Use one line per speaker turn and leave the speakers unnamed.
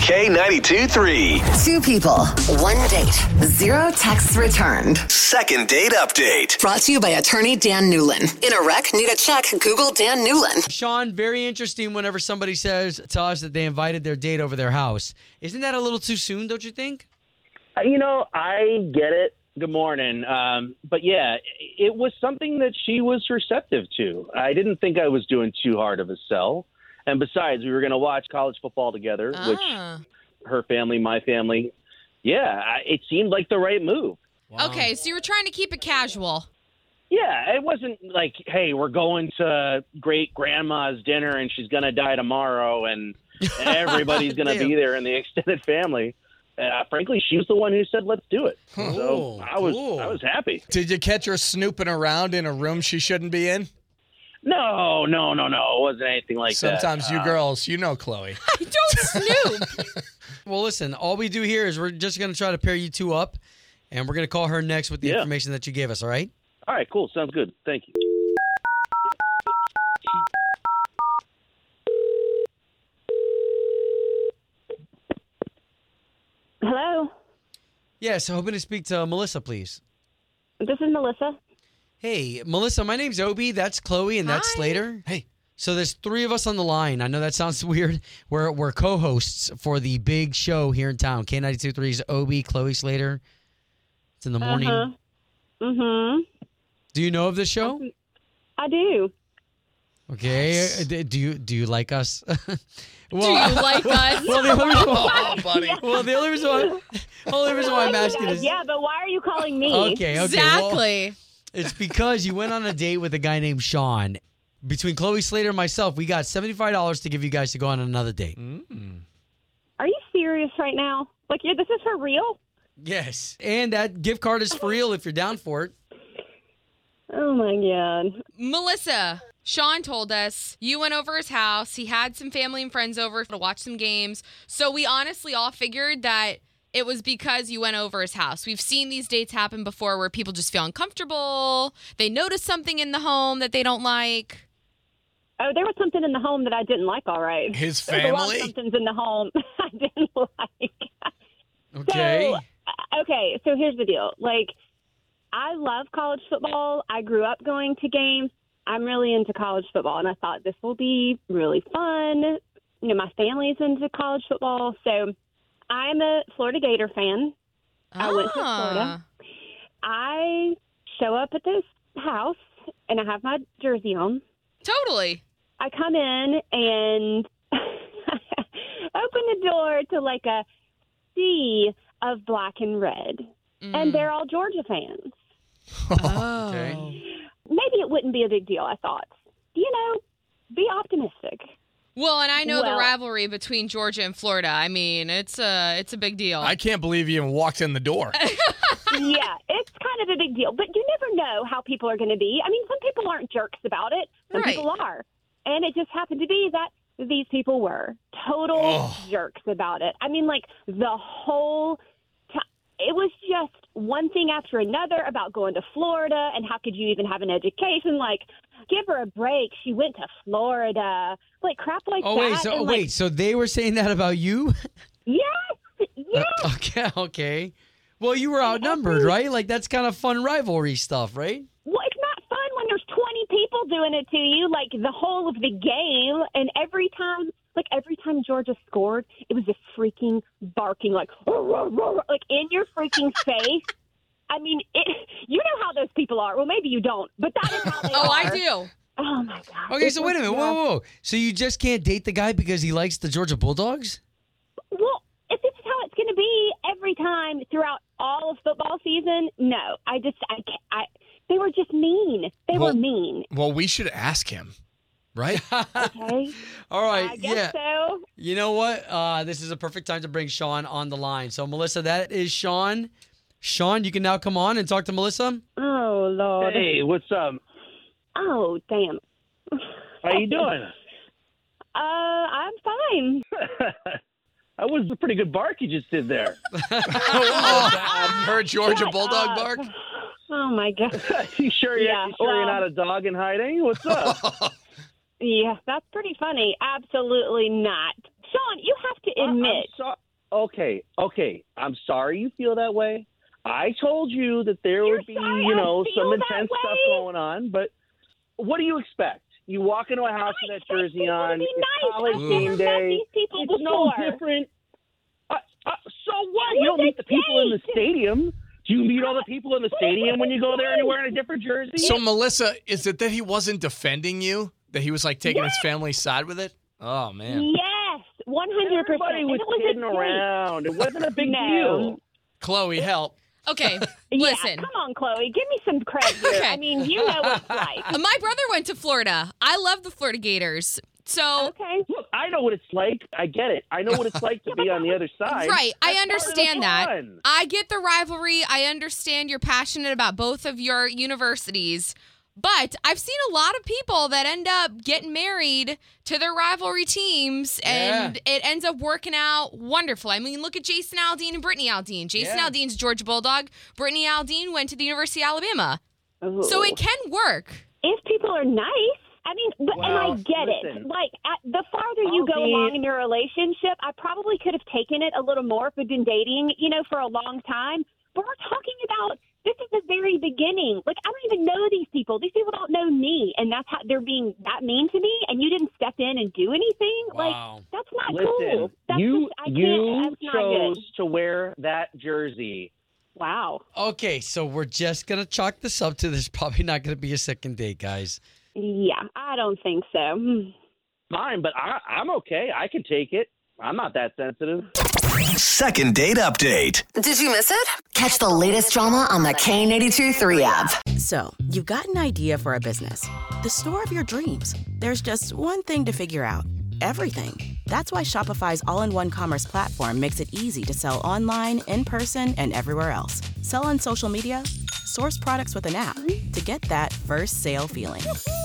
K92 3.
Two people, one date, zero texts returned.
Second date update.
Brought to you by attorney Dan Newlin. In a wreck, need a check, Google Dan Newlin.
Sean, very interesting whenever somebody says to us that they invited their date over their house. Isn't that a little too soon, don't you think?
Uh, You know, I get it. Good morning. Um, but yeah, it was something that she was receptive to. I didn't think I was doing too hard of a sell. And besides, we were going to watch college football together,
Ah.
which her family, my family. Yeah, I, it seemed like the right move.
Okay, so you were trying to keep it casual.
Yeah, it wasn't like, hey, we're going to great grandma's dinner and she's going to die tomorrow and everybody's going to be
Damn.
there in the extended family. Uh, frankly, she was the one who said, let's do it.
Cool,
so I was,
cool.
I was happy.
Did you catch her snooping around in a room she shouldn't be in?
No, no, no, no. It wasn't anything like that.
Sometimes you
Uh,
girls, you know Chloe.
I don't snoop.
Well, listen, all we do here is we're just going to try to pair you two up, and we're going to call her next with the
Yeah.
information that you gave us, all right?
All right, cool. Sounds good. Thank you.
Hello,
Yes, hoping to speak to Melissa, please.
this is Melissa.
Hey, Melissa, my name's Obi. That's Chloe, and that's
Hi.
Slater. Hey. So there's three of us on the line. I know that sounds weird. We're we're co-hosts for the big show here in town. K923's Obi, Chloe Slater. It's in the morning.
Uh-huh. Mhm.
Do you know of this show?
I do.
Okay. Uh, d- Do you do you like us?
Do you like us?
well, the only reason why,
oh, buddy.
well, the only reason why, only reason why I'm asking is
Oh, Yeah, but why are you calling me?
okay, okay, well,
exactly.
It's because you went on a date with a guy named Sean. Between Chloe Slater and myself, we got seventy-five dollars to give you guys to go on another date.
Mm-hmm.
Are you serious right now? Like, yeah, this is for real?
Yes, and that gift card is for real if you're down for it.
Oh my god.
Melissa, Sean told us you went over his house. He had some family and friends over to watch some games. So we honestly all figured that it was because you went over his house. We've seen these dates happen before where people just feel uncomfortable. They notice something in the home that they don't like.
Oh, there was something in the home that I didn't like. All right.
His
There was a lot of
family?
something's in the home I didn't like.
Okay.
So, uh, okay, so here's the deal. Like, I love college football. I grew up going to games. I'm really into college football, and I thought this will be really fun. You know, my family's into college football, so I'm a Florida Gator fan. I went to
Ah,
Florida. I show up at this house, and I have my jersey on.
Totally.
I come in and open the door to like a sea of black and red. And they're all Georgia fans.
Oh.
Okay.
Maybe it wouldn't be a big deal, I thought. You know, be optimistic.
Well, and I know the
Well-
rivalry between Georgia and Florida. I mean, it's a it's a big deal.
I can't believe you even walked in the door.
yeah, it's kind of a big deal, but you never know how people are going to be. I mean, some people aren't jerks about it, some
Right.
people are. And it just happened to be that these people were total
Oh.
jerks about it. I mean, like the whole time, it was just one thing after another about going to Florida and how could you even have an education? Like, give her a break. She went to Florida. Like, crap like
Oh
that.
wait, so
and,
oh,
like,
wait, Uh, so they were saying that about you?
Yes, yes.
okay, okay. Well, you were outnumbered, right? Like that's kind of fun rivalry stuff, right?
Well, it's not fun when there's 20 people doing it to you, like the whole of the game. And every time, like every time Georgia scored, it was just freaking barking, like, "Roar, roar, roar," like in your freaking face. I mean, it, you know how those people are. Well, maybe you don't, but that is how they
oh, I
are.
do.
Oh my god.
Okay,
It
so
was
wait a minute. Whoa, whoa. whoa. So you just can't date the guy because he likes the Georgia Bulldogs?
just- Well, if this is how it's going to be every time throughout all of football season, no, I just, I, can't- I they were just mean. They
Well-
were mean.
well, we should ask him.
right?
Okay.
All right.
I guess
Yeah.
so.
You know what? Uh, this is a perfect time to bring Sean on the line. So, Melissa, that is Sean. Sean, you can now come on and talk to Melissa.
Oh Lord.
Uh, Hey, what's up?
Oh damn.
How you doing?
Uh, I'm fine.
That was a pretty good bark you just did there.
Oh, I've heard Georgia
uh,
Bulldog bark.
Oh my god.
you sure, you're,
Yeah,
you sure you're
well-
not a dog in hiding? What's up?
Yeah, that's pretty funny. Absolutely not. Sean, you have to
I'm
admit.
so- okay, okay. I'm sorry you feel that way. I told you that there
You're
would be,
sorry
you
I
know,
feel
some
that
intense stuff
way?
going on, but what do you expect? You walk into a house with that
I
jersey
expect people
on,
to be
it's
nice.
college
I've
game
never met
day.
these people
it's
before.
no different. Uh, uh, so what?
It
You don't
was
meet
a
the people in the
date.
stadium. Do you meet all the people in the
was
stadium when
a
you go there and
date.
you're wearing a different jersey?
So Melissa, is it that he wasn't defending you? That he was like taking his
Yes.
family's side with it? Oh
Mm.
man.
Yes, one hundred percent.
Everybody was
it was
kidding
a
around. It wasn't a big
No.
deal.
Chloe, help.
Okay,
date.
listen.
Yeah, come on, Chloe, give me some credit. Here.
Okay.
I mean, you know what it's like.
My brother went to Florida. I love the Florida Gators. So,
Okay.
Look, I know what it's like. I get it. I know what it's like to be on the other side.
right,
That's
I
part of the
understand that.
fun.
I get the rivalry. I understand you're passionate about both of your universities. But I've seen a lot of people that end up getting married to their rivalry teams, and it ends up working out wonderful. I mean, look at Jason Aldean and Brittany Aldean. Jason
Yeah.
Aldean's Georgia Bulldog. Brittany Aldean went to the University of Alabama. So
Ooh.
it can work.
if people are nice, I mean, but,
Well,
and I get it.
listen.
Like at, the farther you go
I'll be-
along in your relationship, I probably could have taken it a little more if we'd been dating, you know, for a long time. But we're talking about this is the very beginning. Like I don't even know these people. These people don't know me, and that's how they're being that mean to me. And you didn't step in and do anything. Like
Wow.
that's not
Listen,
cool. That's
you
just, I
you
can't, that's not
chose
good.
to wear that jersey.
Wow.
Okay, so we're just gonna chalk this up to there's probably not gonna be a second date, guys.
Yeah, I don't think so. Hmm.
Fine, but I, I'm okay. I can take it. I'm not that sensitive.
Second date update.
Did you miss it? Catch the latest drama on the K82 3 app.
So, you've got an idea for a business, the store of your dreams. There's just one thing to figure out everything. That's why Shopify's all in one commerce platform makes it easy to sell online, in person, and everywhere else. Sell on social media, source products with an app to get that first sale feeling.